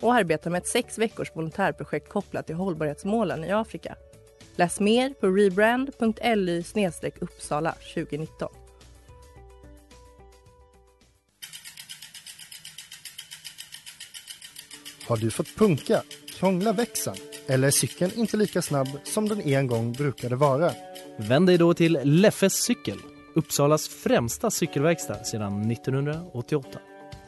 och arbeta med ett sex veckors volontärprojekt kopplat till hållbarhetsmålen i Afrika. Läs mer på rebrand.ly uppsala 2019. Har du fått punka, krångla växeln eller är cykeln inte lika snabb som den en gång brukade vara? Vänd dig då till Leffes cykel, Uppsalas främsta cykelverkstad sedan 1988.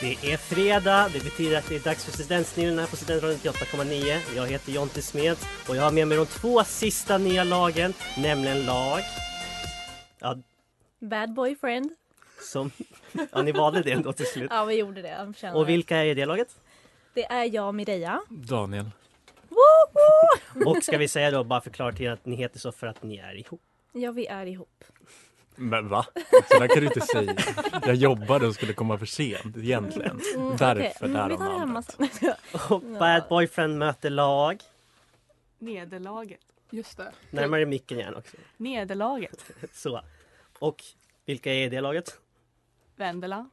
Det är fredag, det betyder att det är dags för Studentsnillen här på Studentradion 98,9. Jag heter Jonte Smeds och jag har med mig de två sista nya lagen, nämligen lag... Ja, Bad boyfriend. som... Ja, ni valde det ändå till slut. Ja, vi gjorde det. Jag känner Och vilka är det laget? Det är jag och Mireia. Daniel. Woo, woo! Och ska vi säga då, bara förklara till er att ni heter så för att ni är ihop. Ja, vi är ihop. Men va? Så där kan du inte säga. Jag jobbade och skulle komma för sent egentligen. Mm, Därför okej. Mm, där Vi har tar det hemma namnet. sen. Och Bad Boyfriend möter lag. Nederlaget. Just det. Närmare micken igen också. Nederlaget. Så. Och vilka är det laget? Vendela.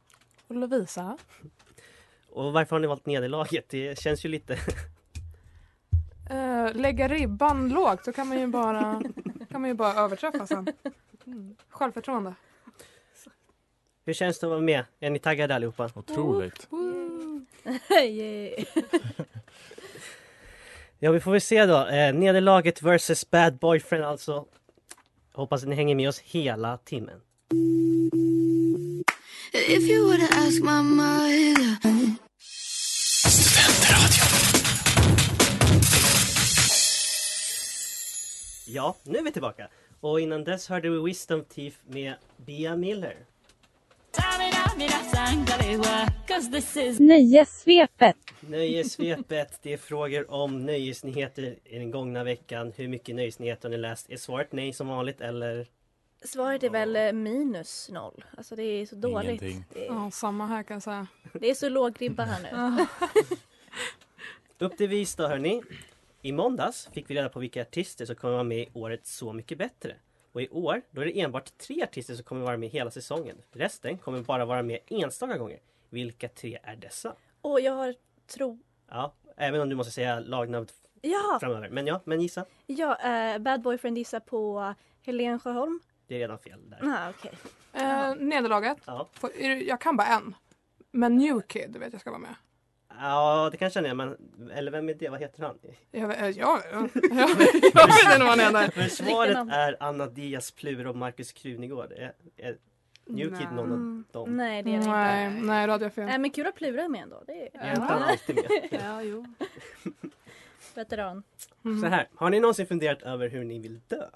Och Lovisa. Och varför har ni valt nederlaget? Det känns ju lite... Eh, lägga ribban lågt, då kan man ju bara, kan man ju bara överträffa sen. Självförtroende. Hur känns det att vara med? Är ni taggade allihopa? Otroligt. Yay. Ja, vi får väl se då. Eh, nederlaget versus bad boyfriend alltså. Hoppas att ni hänger med oss hela timmen. Ja, nu är vi tillbaka. Och innan dess hörde vi Wisdom Thief med Bea Miller. Nöjessvepet. Nöjesvepet, det är frågor om nöjesnyheter i den gångna veckan. Hur mycket nöjesnyheter har ni läst? Är svaret nej som vanligt eller? Svaret är väl eh, minus noll. Alltså det är så dåligt. Ingenting. Det är, Ja, samma här kan jag säga. det är så låg ribba här nu. Upp till vis då hörni. I måndags fick vi reda på vilka artister som kommer vara med i året Så mycket bättre. Och i år, då är det enbart tre artister som kommer vara med hela säsongen. Resten kommer bara vara med enstaka gånger. Vilka tre är dessa? Och jag har tro... Ja, även om du måste säga lagnamn Ja! framöver. Men ja, men gissa. ja eh, bad boyfriend gissar på Helen Sjöholm. Det är redan fel där. Ah, okej. Eh, nederlaget. Ja, Får- är det- Jag kan bara en. Men New Kid vet jag ska vara med. ja det kanske ni är, men eller vem är det? Vad heter han? Jag, vet- eh, jag, jag, jag, jag vet inte vad han heter. Men svaret namn. är Anna Diaz Plur och Markus Krunegård. Är, är New Kid någon av Mm. dem? Nej, det är det inte. Nej. Nej, nej, då hade jag fel. men kul att Plura är med ändå. Det är Är inte han alltid med? Ja, jo. veteran. Mm. Så Mm. här, har ni någonsin funderat över hur ni vill dö?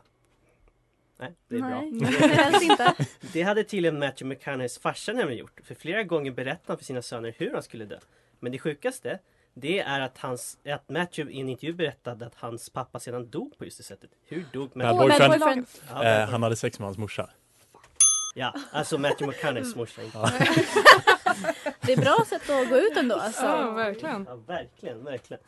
Nej, det är Nej, bra. helst inte. Det hade tydligen Matthew McConaughey's farsa nämligen gjort. För flera gånger berättade han för sina söner hur han skulle dö. Men det sjukaste, det är att, hans, att Matthew i en intervju berättade att hans pappa sedan dog på just det sättet. Hur dog Bad Matthew? boyfriend. Bad Ja, Eh, han hade sex med hans morsa. ja, alltså Matthew McConaughey's morsa. inte- Det är bra sätt att gå ut ändå. Alltså. Ja, verkligen. Ja, verkligen, verkligen.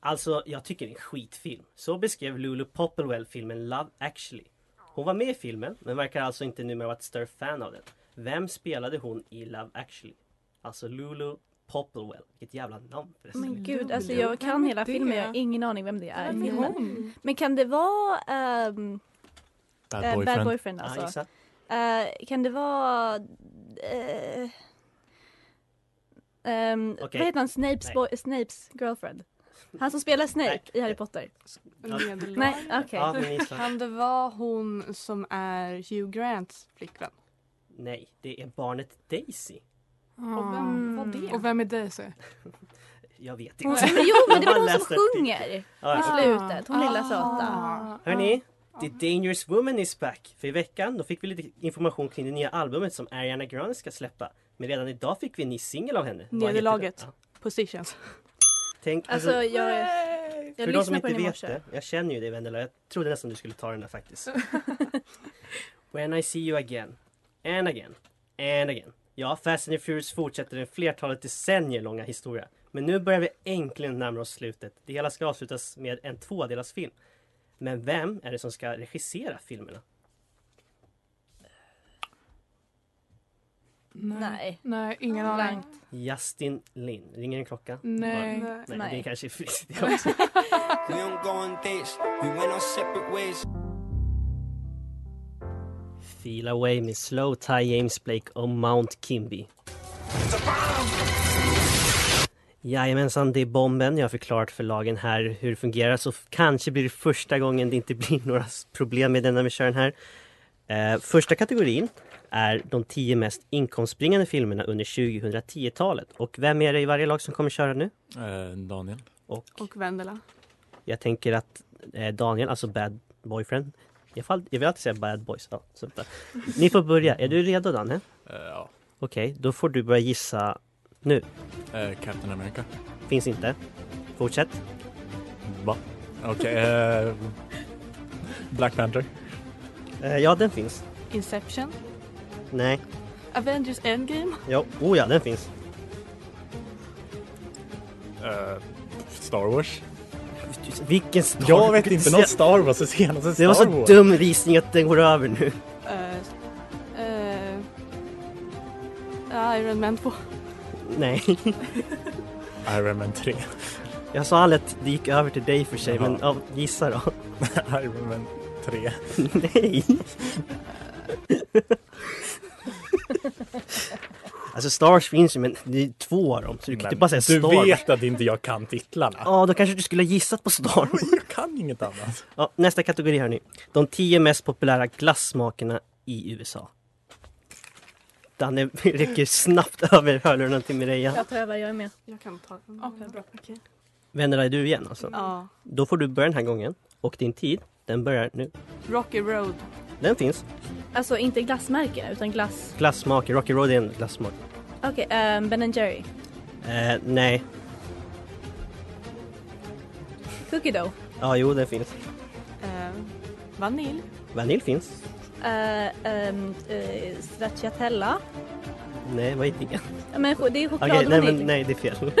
Alltså, jag tycker det är en skitfilm. Så beskrev Lulu Popplewell filmen Love actually. Hon var med i filmen, men verkar alltså inte numera vara ett större fan av den. Vem spelade hon i Love actually? Alltså Lulu Popplewell. Vilket jävla namn förresten. Men gud, alltså Lulu. jag kan Vem är hela det? filmen. Jag har ingen aning vem det är. Vem är Men- hon? Men kan det vara ehm, Bad eh, boyfriend. Bad Boyfriend Ja, alltså? gissa. Eh, kan det vara... eh, ehm, Okej. Vad heter han? Snapes, Nej. boy, Snapes girlfriend? Han som spelar Snape Nej. i Harry Potter? Nederlag. Nej, Mm, okej. Ja, men Isla. Kan det vara hon som är Hugh Grants flickvän? Nej, det är barnet Daisy. Och vem var det? Och vem är Daisy? Jag vet Hon inte. som, jo men det Jag bara var hon som läste artikeln. sjunger Ja, i ja. slutet, hon lilla Ah. söta. Hörni, The Dangerous Woman is back! För i veckan då fick vi lite information kring det nya albumet som Ariana Grande ska släppa. Men redan idag fick vi en ny singel av henne. Vad heter Nederlaget. den? Ja. Positions. Tänk, alltså, Alltså jag, jag för de som lyssnade inte på den i vet morse. det, jag känner ju dig Vendela, jag trodde nästan du skulle ta den där faktiskt. When I see you again, and again, and again. Ja, Fast and the Furious fortsätter en flertalet decennier långa historia. Men nu börjar vi äntligen närma oss slutet. Det hela ska avslutas med en tvådelars film. Men vem är det som ska regissera filmerna? Nej. Nej, ingen aning. Blankt. Justin Lin. Ringer en klocka? Nej. Bara- Nej, Nej. det är kanske frisk det också. We don't go on dates, we went our separate ways. Feel away med Slow Tie James Blake och Mount Kimby. Jajamensan, det är bomben. Jag har förklarat för lagen här hur det fungerar så kanske blir det första gången det inte blir några s- problem med den när vi kör den här. Eh, första kategorin är de tio mest inkomstbringande filmerna under 2010-talet. Och vem är det i varje lag som kommer köra nu? Eh, Daniel. Och Och Vendela. Jag tänker att eh, Daniel, alltså bad boyfriend. Jag, fall, jag vill alltid säga bad boys. Ja, så där. Ni får börja. Är du redo Danne? Eh, ja. Okej, då får du börja gissa nu. Eh, Captain America. Finns inte. Fortsätt. Va? Okej. eh, Black Panther. Eh, ja, den finns. Inception. Nej. Avengers Endgame. Jo, oh ja, den finns. Eh, Star Wars. Vilken Star Jag vet inte något Jag- Star Wars. Det senaste Det Star var Wars. så dum visning att den går över nu. eh, eh, Iron Man 2. Nej, Iron Man 3. jag sa aldrig att det gick över till dig för sig, Jaha. men ja, gissa då. Iron Man 3. Nej! alltså Star Wars finns ju, men det är två av dem, så du kan inte bara säga du Star Wars. vet att inte jag kan titlarna. Ja, då kanske du skulle ha gissat på Star Wars. Jag kan inget annat. Ja, nästa kategori hörni. De tio mest populära glassmakerna i USA. Danne rycker snabbt över hörlurarna till Mireia. Jag prövar, jag är med. Jag kan ta den. Okej, bra. Okej. Vänder dig du igen alltså. Ja. Då får du börja den här gången. Och din tid, den börjar nu. Rocky Road. Den finns. Alltså inte glassmärkena utan glass. Glassmaker, Rocky Road är en glassmaker. Okej, ehm, Ben Jerry. Eh, nej. Cookie Dough. Ja, jo, den finns. Eh, vanilj. Vanilj finns. Uh, um, uh, stracciatella. Nej, vad är det? Ja, Men ch- det Okej, är chokladvanilj. nej, men nej, det är fel.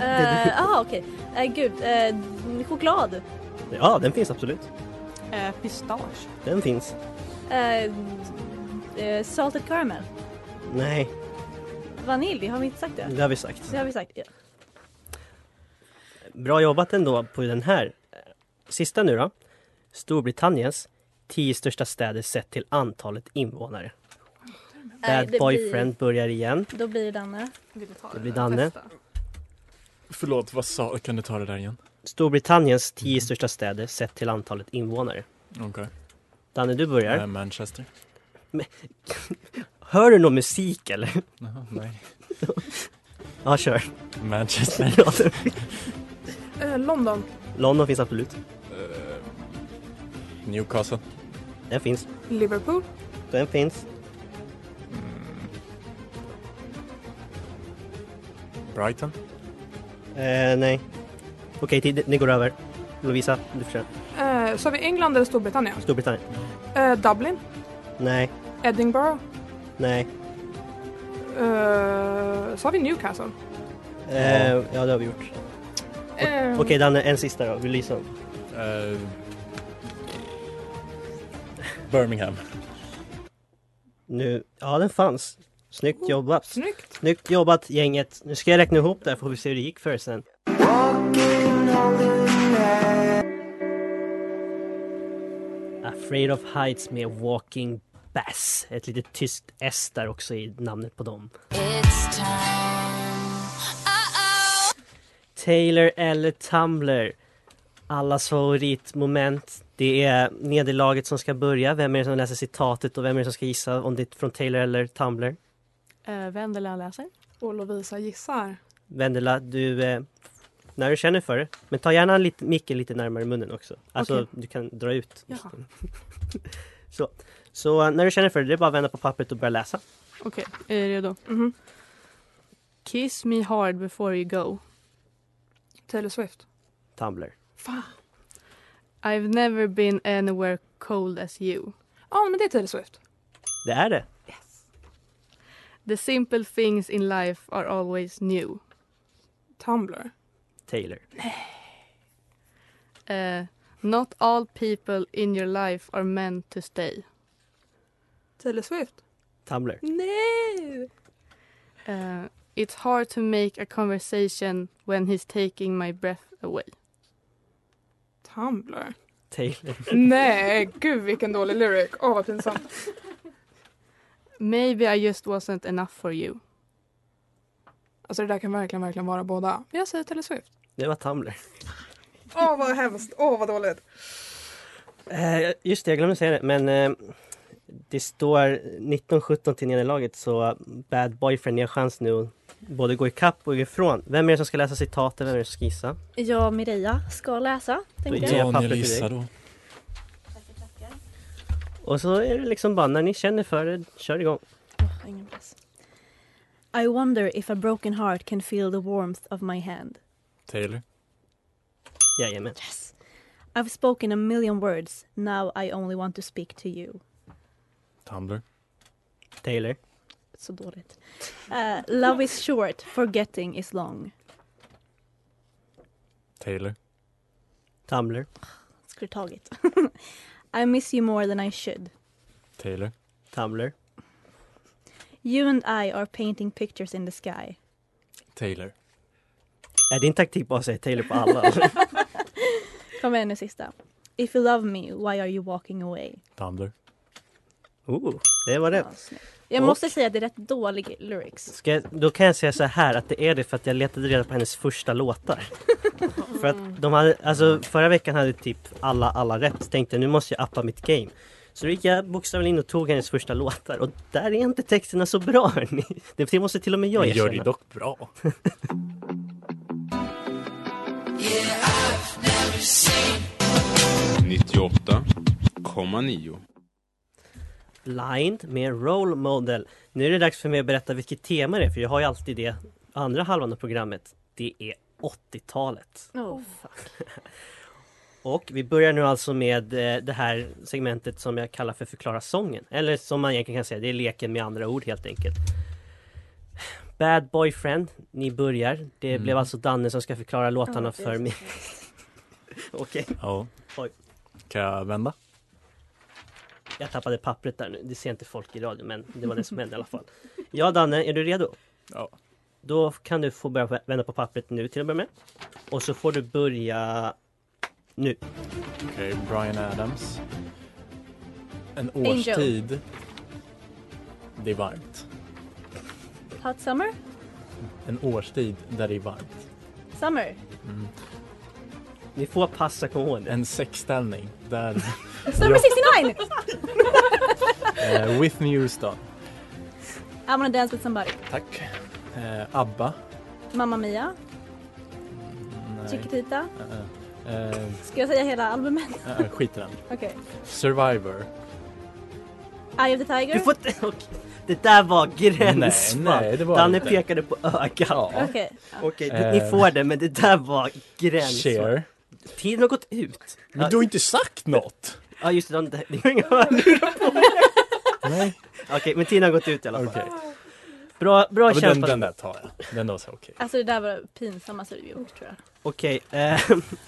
Eh, Jaha okej. Eh, gud, eh, choklad. Ja, den finns absolut. Eh, pistage. Den finns. Eh, eh, salted caramel. Nej, Vanilj, har vi inte sagt det? det har vi sagt. Det har vi sagt. Ja. Bra jobbat ändå på den här. Sista nu då. Storbritanniens tio största städer sett till antalet invånare. Nej, Bad det Boyfriend börjar igen. Blir, då blir eh. det Danne. Vill du ta Det blir Danne. Testa. Förlåt, vad sa Kan du ta det där igen? Storbritanniens tio största städer sett till antalet invånare. Mhm. Okej. Danne, du börjar. Eh, Manchester. Hör du någon musik eller? Jaha, nej. Ja, kör. Manchester. Ja, det- Eh, London. London finns absolut. Eh, Newcastle. Den finns. Liverpool. Den finns. Brighton. Eh, nej. Okej, tid. ni går över. Lovisa, du får köra. Eh, så har vi England eller Storbritannien? Storbritannien. Eh, Dublin. Nej, Edinburgh. nej. Eh, så har vi Newcastle. Eh, ja, det har vi gjort. Eh, Okej, Danne, en sista då. Vill du gissa? Eh, Birmingham. Nu, ja den fanns. Snyggt Mm. jobbat. Snyggt. Snyggt jobbat gänget. Nu ska jag räkna ihop det här får vi se hur det gick för er sen. Afraid of Heights med Walking Bass. Ett litet tyskt S där också i namnet på dem. Taylor eller Tumblr. Allas favoritmoment. Det är nederlaget som ska börja. Vem är det som läser citatet och vem är det som ska gissa om det är från Taylor eller Tumblr? Eh, Vendela läser. Och Lovisa gissar. Vendela, du... Eh, när du känner för det. Men ta gärna lite, micken lite närmare munnen också. Alltså, Okej. du kan dra ut. Jaha. så. så eh, när du känner för det, det är bara att vända på pappret och börja läsa. Okej, är jag redo? Mhm. Kiss me hard before you go. Taylor Swift. Tumblr. Fan. I've never been anywhere cold as you. Ja, men det är Taylor Swift. Det är det. The simple things in life are always new. Tumblr. Taylor. Eh, not all people in your life are meant to stay. Taylor Swift. Tumblr. Nej! Eh, it's hard to make a conversation when he's taking my breath away. Tumblr. Taylor. Nej, gud vilken dålig lyric. Åh, vad pinsamt. Maybe I just wasn't enough for you. Alltså det där kan verkligen, verkligen vara båda. Men jag säger Taylor Swift. Det var Tumblr. Åh, vad hemskt. Åh, vad dåligt. Eh, just det, jag glömde säga det. Men eh, det står 19-17 till nederlaget så eh, Bad Boyfriend, ni har chans nu både gå ikapp och gå ifrån. Vem är det som ska läsa citaten? Vem är det som ska gissa? Jag och Mireia ska läsa. Tänkte Ja. jag. papper till Daniel dig. gissar då. Och så är det liksom bara när ni känner för det, kör igång. Åh, ingen press. I wonder if a broken heart can feel the warmth of my hand. Taylor. Jajamän. Yes. I've spoken a million words. Now I only want to speak to you. Tumblr. Taylor. Så dåligt. Eh, love is short, forgetting is long. Taylor. Tumblr. Skulle tagit. I miss you more than I should. Taylor. Tumblr. You and I are painting pictures in the sky. Taylor. Är din taktik bara att säga Taylor på alla? Kom igen nu sista. If you love me, why are you walking away? Tumblr. oh, det var rätt. Ja, snyggt. jag Och- måste säga att det är rätt dålig lyrics. Ska jag, då kan jag säga så här att det är det för att jag letade reda på hennes första låtar. för att de hade, alltså förra veckan hade typ alla, alla rätt. Så tänkte jag nu måste jag appa mitt game. Så då gick jag bokstavligen in och tog hennes första låtar och där är inte texterna så bra hörni. Det det måste till och med jag Men gör det erkänna. dock bra. Blind med Role Model. Nu är det dags för mig att berätta vilket tema det är för jag har ju alltid det andra halvan av programmet. Det är 80-talet. Oh. Och vi börjar nu alltså med eh, det här segmentet som jag kallar för Förklara sången. Eller som man egentligen kan säga, det är leken med andra ord helt enkelt. Bad Boyfriend, ni börjar. Det Mm. blev alltså Danne som ska förklara låtarna för mig. Okej, Ja. Oj. Kan jag vända? jag tappade pappret där nu. Det ser inte folk i radio men det var det som hände i alla fall. Ja Danne, är du redo? Ja. Då kan du få börja vända på pappret nu till att börja med. Och så får du börja nu. Okej, Brian Adams. En Angel. årstid. Det är varmt. Hot summer? En årstid där det är varmt. Summer? Mm. Ni får passa, kom ihåg det. En sexställning där Summer 69! eh, Whitney Houston. I wanna dance with somebody. Tack. Eh, Abba. Mamma Mia? Nej. Chiquitita? Eh, eh, Ska jag säga hela albumet? eh, skit i den. Okej. Survivor. Eye of the Tiger? Du får inte... okej. Det där var gränsfall. Nej, nej, det var Danne inte. pekade på ögat. Ja. Okej. Okej, det- ni Eh. får det men det där var gränsfall. Cher. Tiden har gått ut. Men du har inte sagt något! Ja just det, Dan- det det var inga hörlurar. Nej. Okej, men tiden har gått ut i alla fall. Okej. Bra, bra Ja, men den, kämpat. den där tar jag. Den var så okej. Alltså det där var det pinsammaste du gjort tror jag. Okej, eh,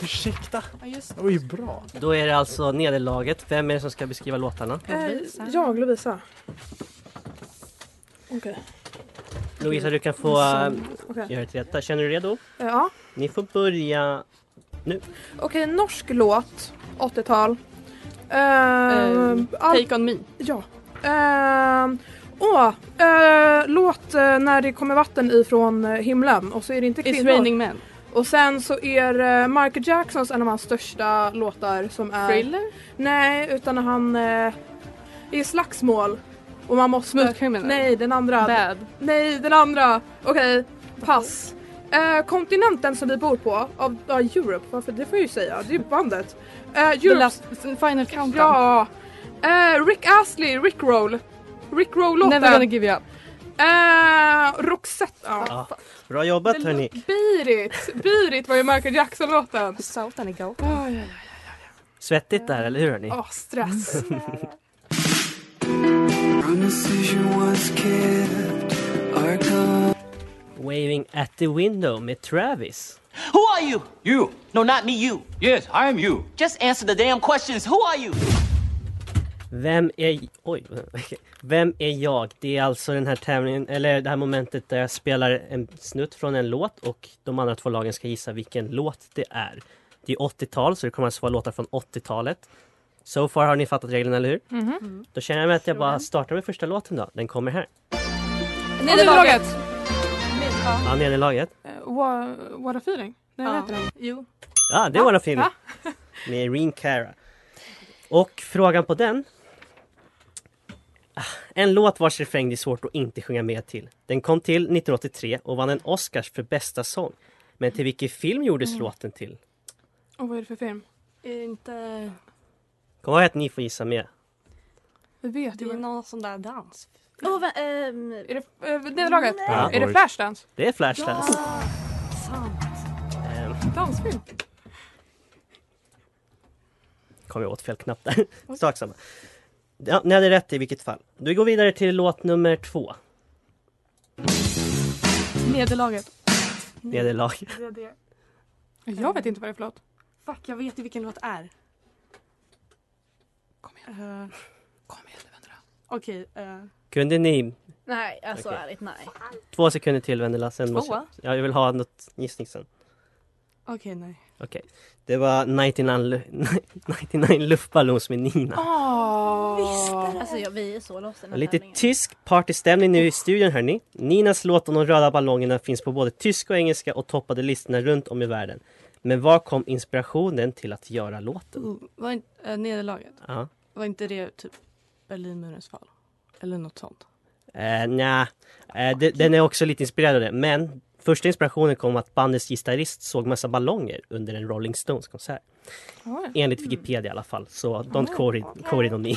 Ursäkta! Ja, just Det var ju bra. då är det alltså nederlaget. Vem är det som ska beskriva låtarna? Lovisa. Eh, jag, Lovisa. Okej. Lovisa, du kan få eh, Okej. göra ett rätta. Känner du redo? Eh, ja. Ni får börja... Okej, norsk låt. 80-tal. Eh, Ehm, all- Take on me. Ja. Ehm, Åh, eh, låt eh, när det kommer vatten ifrån eh, himlen och så är det inte It's kvinnor. raining men. Och sen så är det Michael Jacksons en av hans största låtar som är... Thriller? Nej, utan när han eh, är i slagsmål. Och man måste... Smooth Nej, den andra. Bad. Nej, den andra. Okej, pass. Eh, kontinenten som vi bor på, av ja, Europe, varför? det får jag ju säga, det är ju bandet. Eh, The Europe, last, final countdown. ja. Eh, Rick Astley, Rick Roll. Rick Roll-låten. Never gonna give you up. Eh, Roxette, ja. Ja. Bra jobbat hörni. Beat it! Beat it var ju Michael Jackson-låten. South and go. Åh, ja, Svettigt där, eller hur hörni? ja. Åh, stress. Waving at the window med Travis. Who are you? You. No, not me, you. Yes, I am you. Just answer the damn questions. Who are you? Vem är... Oj. okej. Vem är jag? Det är alltså den här tävlingen, eller det här momentet där jag spelar en snutt från en låt och de andra två lagen ska gissa vilken låt det är. Det är 80-tal, så det kommer alltså vara låtar från 80-talet. So far har ni fattat reglerna, eller hur? Mm. Då känner jag mig att jag bara startar med första låten då. Den kommer här. Nederlaget! Ja, ni är i laget. What, Eh, what a feeling. Nej, vad Ja. heter den? Jo. Ja, det var en film Va? med Rin Cara. Och frågan på den. Ah, En låt vars refräng det är svårt att inte sjunga med till. Den kom till 1983 och vann en Oscars för bästa sång. Men till vilken film gjordes Mm. låten till? Och vad är det för film? Är det inte... Kom ihåg att ni får gissa med. Vi vet Det ju. är vad- någon sån där dans. Oh, va, ehm, Är det eh, Nederlaget? Ja. Är det Flashdance? Det är Flashdance. Ehm, Dansfilm? kom jag åt fel knapp där. Sak samma. Ja, ni hade rätt i vilket fall. Då går vi vidare till låt nummer två. Mm. Nederlaget. Nederlag. Jag vet inte vad det är för låt. Fuck, jag vet ju vilken låt det är. Kom igen. Kom igen nu Vendela. Okej. eh, Kunde ni nej, alltså Okej. ärligt nej. två sekunder till Vendela? Sen måste jag, Tvåa? ja, jag vill ha något gissning sen. Okej, nej. Det var 99, lu- 99 luftballons med Nina. Åh! Alltså jag, vi är så lost i den här Lite tävlingen. tysk partystämning nu i studion hörni. Ninas låt om de röda ballongerna finns på både tyska och engelska och toppade listorna runt om i världen. Men var kom inspirationen till att göra låten? Uh, var inte, eh, nederlaget. Ja. Var inte det typ Berlinmurens fall? Eller något sånt. Eh, nja, eh, de- den är också lite inspirerad av det. Men första inspirationen kom att bandets gitarrist såg massa ballonger under en Rolling Stones-konsert. Oj. Enligt Wikipedia i alla fall, så don't quote it- quote it on me.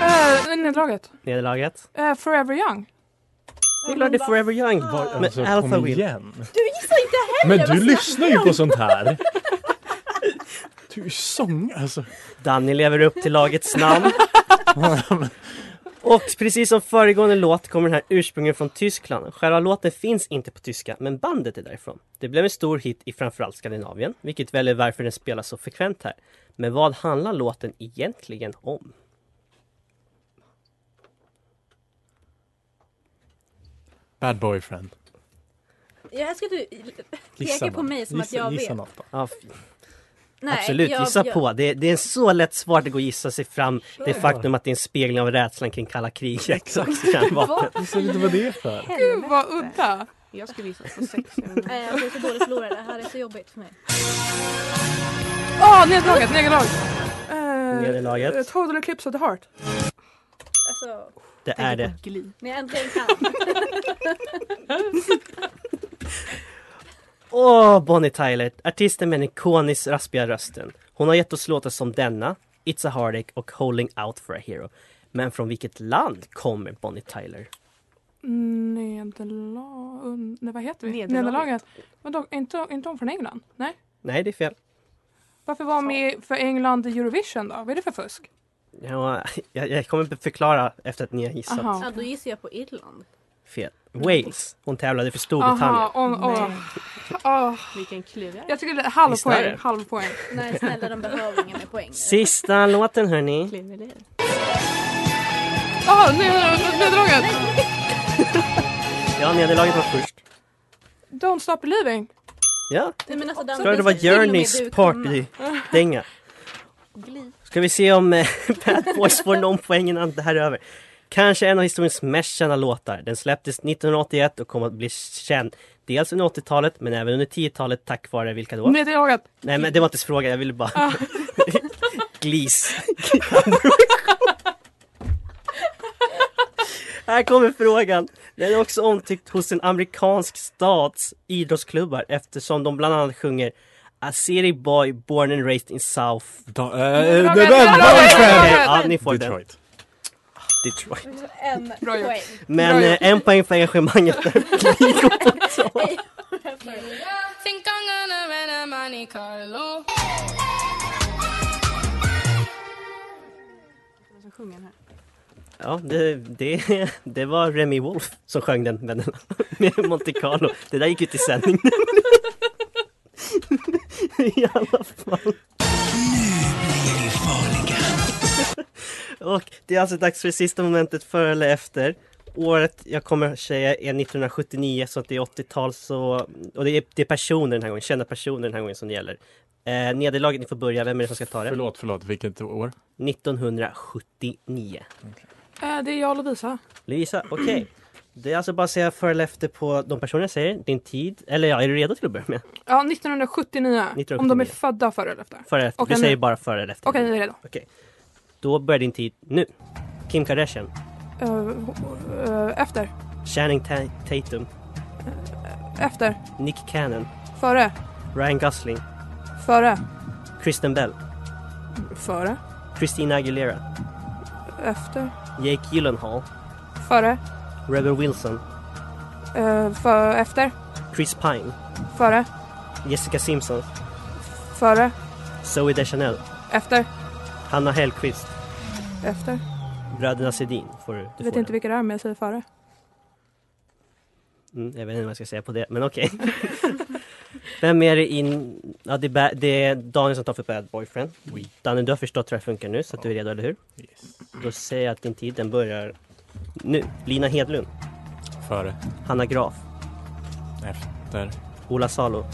Eh, Nederlaget. Nederlaget. Eh, Forever Young. Det är klart det är Forever Young. Var, Men alltså, Alpha kom Will. igen. Du gissar inte Men heller! du vad lyssnar ju på sånt här. Du är ju sång, alltså. Danny lever upp till lagets namn. Och precis som föregående låt kommer den här ursprungligen från Tyskland. Själva låten finns inte på tyska, men bandet är därifrån. Det blev en stor hit i framförallt Skandinavien, vilket väl är varför den spelas så frekvent här. Men vad handlar låten egentligen om? Bad boyfriend. Jag älskar att du pekar Gissa på något. mig som att Gissa- jag gissa vet. något då. Ja, f- Nej, absolut, jag, gissa jag, på. Det, det är så lätt svar det går att gissa sig fram. Det faktum att det är en spegling av rädslan kring kalla kriget. Exakt. Jag ser inte vad det är för. Gud vad udda. Jag skulle gissa på sex. Nej, jag blir så dålig förlorare. Det här är så jobbigt för mig. Åh, Nederlaget, Nederlaget. Eh, Nederlaget. eh, Total Eclipse of the Heart. Alltså, Det är det. när jag äntligen kan. Åh, Bonnie Tyler! Artisten med den ikoniskt raspiga rösten. Hon har gett oss låtar som denna, It's a heartache och Holding out for a hero. Men från vilket land kommer Bonnie Tyler? Nederlag... Nej, vad heter vi? Nederlaget. Nederlaget. Vadå, är inte, är inte hon från England? Nej. Nej, det är fel. Varför var hon med för England i Eurovision då? Vad är det för fusk? Ja, jag, jag kommer förklara efter att ni har gissat Aha. Ja, då gissar jag på Irland. fel. Wales. Hon tävlade för Storbritannien. Aha, om, åh. Åh, Vilken klurigare. Jag tycker det är halv Lyssnare. poäng. Halv poäng. Nej, snälla de behöver inga mer poäng. Sista låten hörni. Jaha, Neder- Ah, Nederlaget. Ja, nederlaget var först. Don't stop believing. Ja, Nej, men alltså, jag tror det var Journeys partydänga. Ska vi se om eh, Bad Boys får någon poäng innan det här är över. Kanske en av historiens mest kända låtar. Den släpptes 1981 och kom att bli känd dels under 80-talet men även under 10-talet tack vare vilka då? Med i ögat. Nej men det var inte ens fråga, jag ville bara... Glis. Här kommer frågan. Den är också omtyckt hos en amerikansk stats idrottsklubbar eftersom de bland annat sjunger A city boy born and raised in South... eh, det där var ju skämt. Ja, ni får Detroit. den. Detroit. En Bra jobbat. poäng. Men Bra eh, jobbat. en poäng för engagemanget där. Think I'm gonna rent a Monte Carlo. Som sjunger den här. Ja, det, det, det var Remy Wolf som sjöng den vännerna. Med Monte Carlo. Det där gick ut i sändning. I alla fall. Och det är alltså dags för det sista momentet för eller efter. Året jag kommer säga är 1979 så att det är 80-tal så... Och det är, det är personer den här gången, kända personer den här gången som det gäller. Eh, nederlaget, ni får börja. Vem är det som ska ta det? Förlåt, förlåt. Vilket år? 1979. Eh, det är jag och Lovisa. Lovisa, okej. Det är alltså bara att säga för eller efter på de personer jag säger, din tid. Eller ja, är du redo till att börja med? Ja, 1979. Om de är födda före eller efter. Före eller efter. Okej, du nu. säger bara före eller efter. Okej, jag är redo. Okej. Då börjar din tid nu. Kim Kardashian, Eh, eh, efter. Channing Ta- Tatum, Efter. Nick Cannon, Före. Ryan Gosling, Före. Kristen Bell, Före. Christina Aguilera, Efter. Jake Gyllenhaal, Före. Rebel Wilson, Eh, för, efter. Chris Pine, Före. Jessica Simpson, Före. Zoe Deschanel, Efter. Hanna Hellquist, Efter. Bröderna Sedin får du. Jag du vet får inte vilka det är men jag säger före. Mm, jag vet inte vad jag ska säga på det, men okej. Vem är det in... Ja, det, är ba... det är Daniel som tar för Bad Boyfriend. Danne, du har förstått hur det här funkar nu, så att du är redo, eller hur? Då säger jag att din tid, den börjar nu. Lina Hedlund. Före. Hanna Graf. Efter. Ola Salo.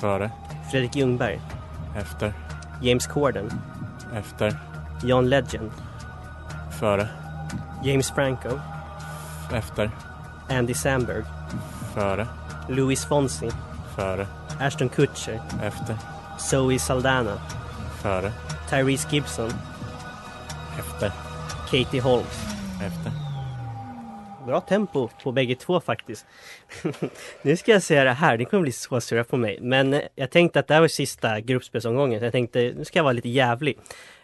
Före. Fredrik Ljungberg. Efter. James Corden. Efter. John Legend. Före. James Franco. Efter. Andy Samberg. Före. Louis Fonsi. Före. Ashton Kutcher. Efter. Zoe Saldana. Före. Tyrese Gibson. Efter. Katie Holmes. Efter. Bra tempo på bägge två faktiskt. nu ska jag säga det här, ni kommer bli så sura på mig. Men eh, jag tänkte att det här var sista gruppspelsomgången, så jag tänkte nu ska jag vara lite jävlig.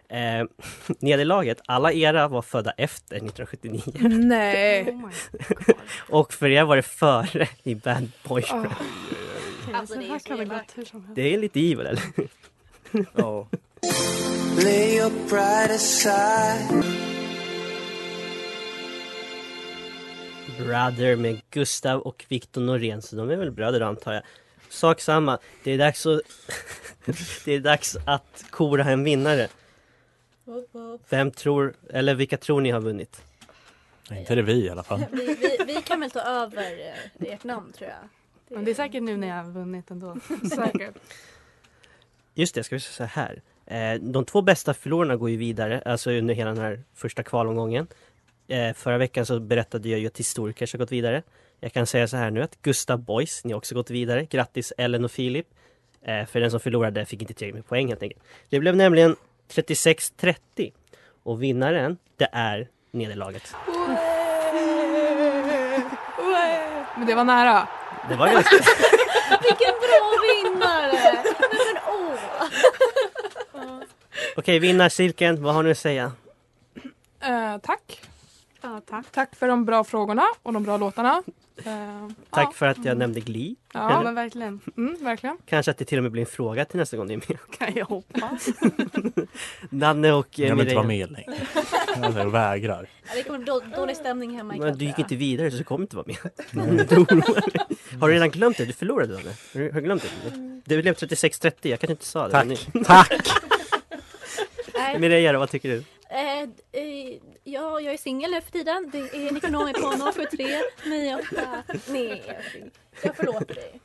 Eh, nederlaget, alla era var födda efter 1979 Nej. Alltså, och för er var det före i Bad Boys. Alltså, det här kan väl gått hur som helst. Det är lite evil eller? Ja. Lay your pride aside. Brother med Gustav och Viktor Norén, så de är väl bröder antar jag. Sak samma, det är dags att... det är dags att kora en vinnare. Vem tror, eller vilka tror ni har vunnit? Inte det vi i alla fall. Vi, vi, vi kan väl ta över eh, ert namn tror jag. Men det är säkert nu när jag har vunnit ändå. Säkert. Just det, jag ska vi säga så här. Eh, De två bästa förlorarna går ju vidare, alltså under hela den här första kvalomgången. Eh, Förra veckan så berättade jag ju att historiker har gått vidare. Jag kan säga så här nu att Gustav Boys, ni har också gått vidare. Grattis Ellen och Filip. Eh, För den som förlorade fick inte tillräckligt med poäng helt enkelt. Det blev nämligen 36-30. Och vinnaren, det är nederlaget. Men det var nära. Det var ganska... Vilken bra vinnare! Nej, men åh! Okej, vinnarcirkeln, vad har ni att säga? Eh, tack. tack. Tack för de bra frågorna och de bra låtarna. Eh, Tack för att jag nämnde Gli. ja, men verkligen. Mm, verkligen. Kanske att det till och med blir en fråga till nästa gång ni är med. Kan jag hoppas. Nanne och eh, Jag vill inte Mireille. vara med längre. Alltså, jag vägrar. Ja, Det kommer då, dålig stämning hemma ikväll. Men du gick tror jag. inte vidare så du kommer inte vara med. Du oroar dig. har du redan glömt det? Du förlorade Danne. Har du har du glömt det? Mm. Det blev 36-30, jag kanske inte sa det. Tack. men- Tack. Nej. Mireille, då, vad tycker du? Eh, eh, ja, jag är singel nu för tiden. Det är en ekonom på 073 98. Nej, jag förlåter dig.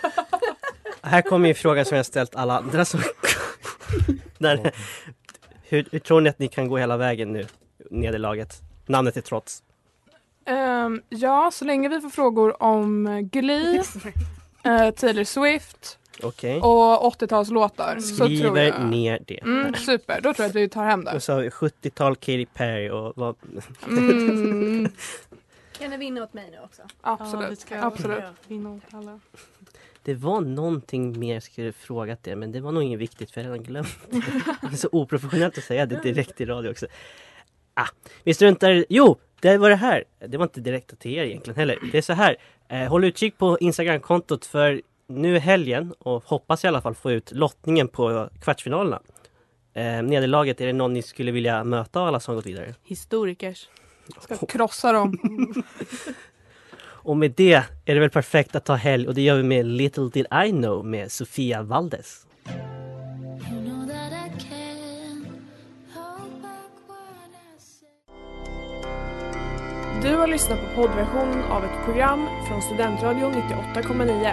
Här kommer ju frågan som jag ställt alla andra som öppnar. Hur, hur tror ni att ni kan gå hela vägen nu? Nederlaget. Namnet är trots. Ehm, ja, så länge vi får frågor om Glee, eh, Taylor Swift Okej. och 80-talslåtar så tror Skriver jag... ner det. Mm, super, då tror jag att vi tar hem det. Och så har vi 70-tal Katy Perry och vad... Mm. Kan du vinna åt mig nu också? Absolut. Ja, det ska jag. Absolut. Det var någonting mer jag skulle frågat det men det var nog inget viktigt för jag har redan glömt det. Det är så oprofessionellt att säga det direkt i radio också. Ah, vi struntar Jo! Det var det här. Det var inte direkt till er egentligen heller. Det är så här. Eh, håll utkik på Instagramkontot för nu i helgen och hoppas i alla fall få ut lottningen på kvartsfinalerna. Eh, nederlaget, är det någon ni skulle vilja möta av alla som har gått vidare? Historikers. Ska krossa dem. Och med det är det väl perfekt att ta helg och det gör vi med Little Did I Know med Sofia Valdes. Du har lyssnat på poddversion av ett program från Studentradion 98,9.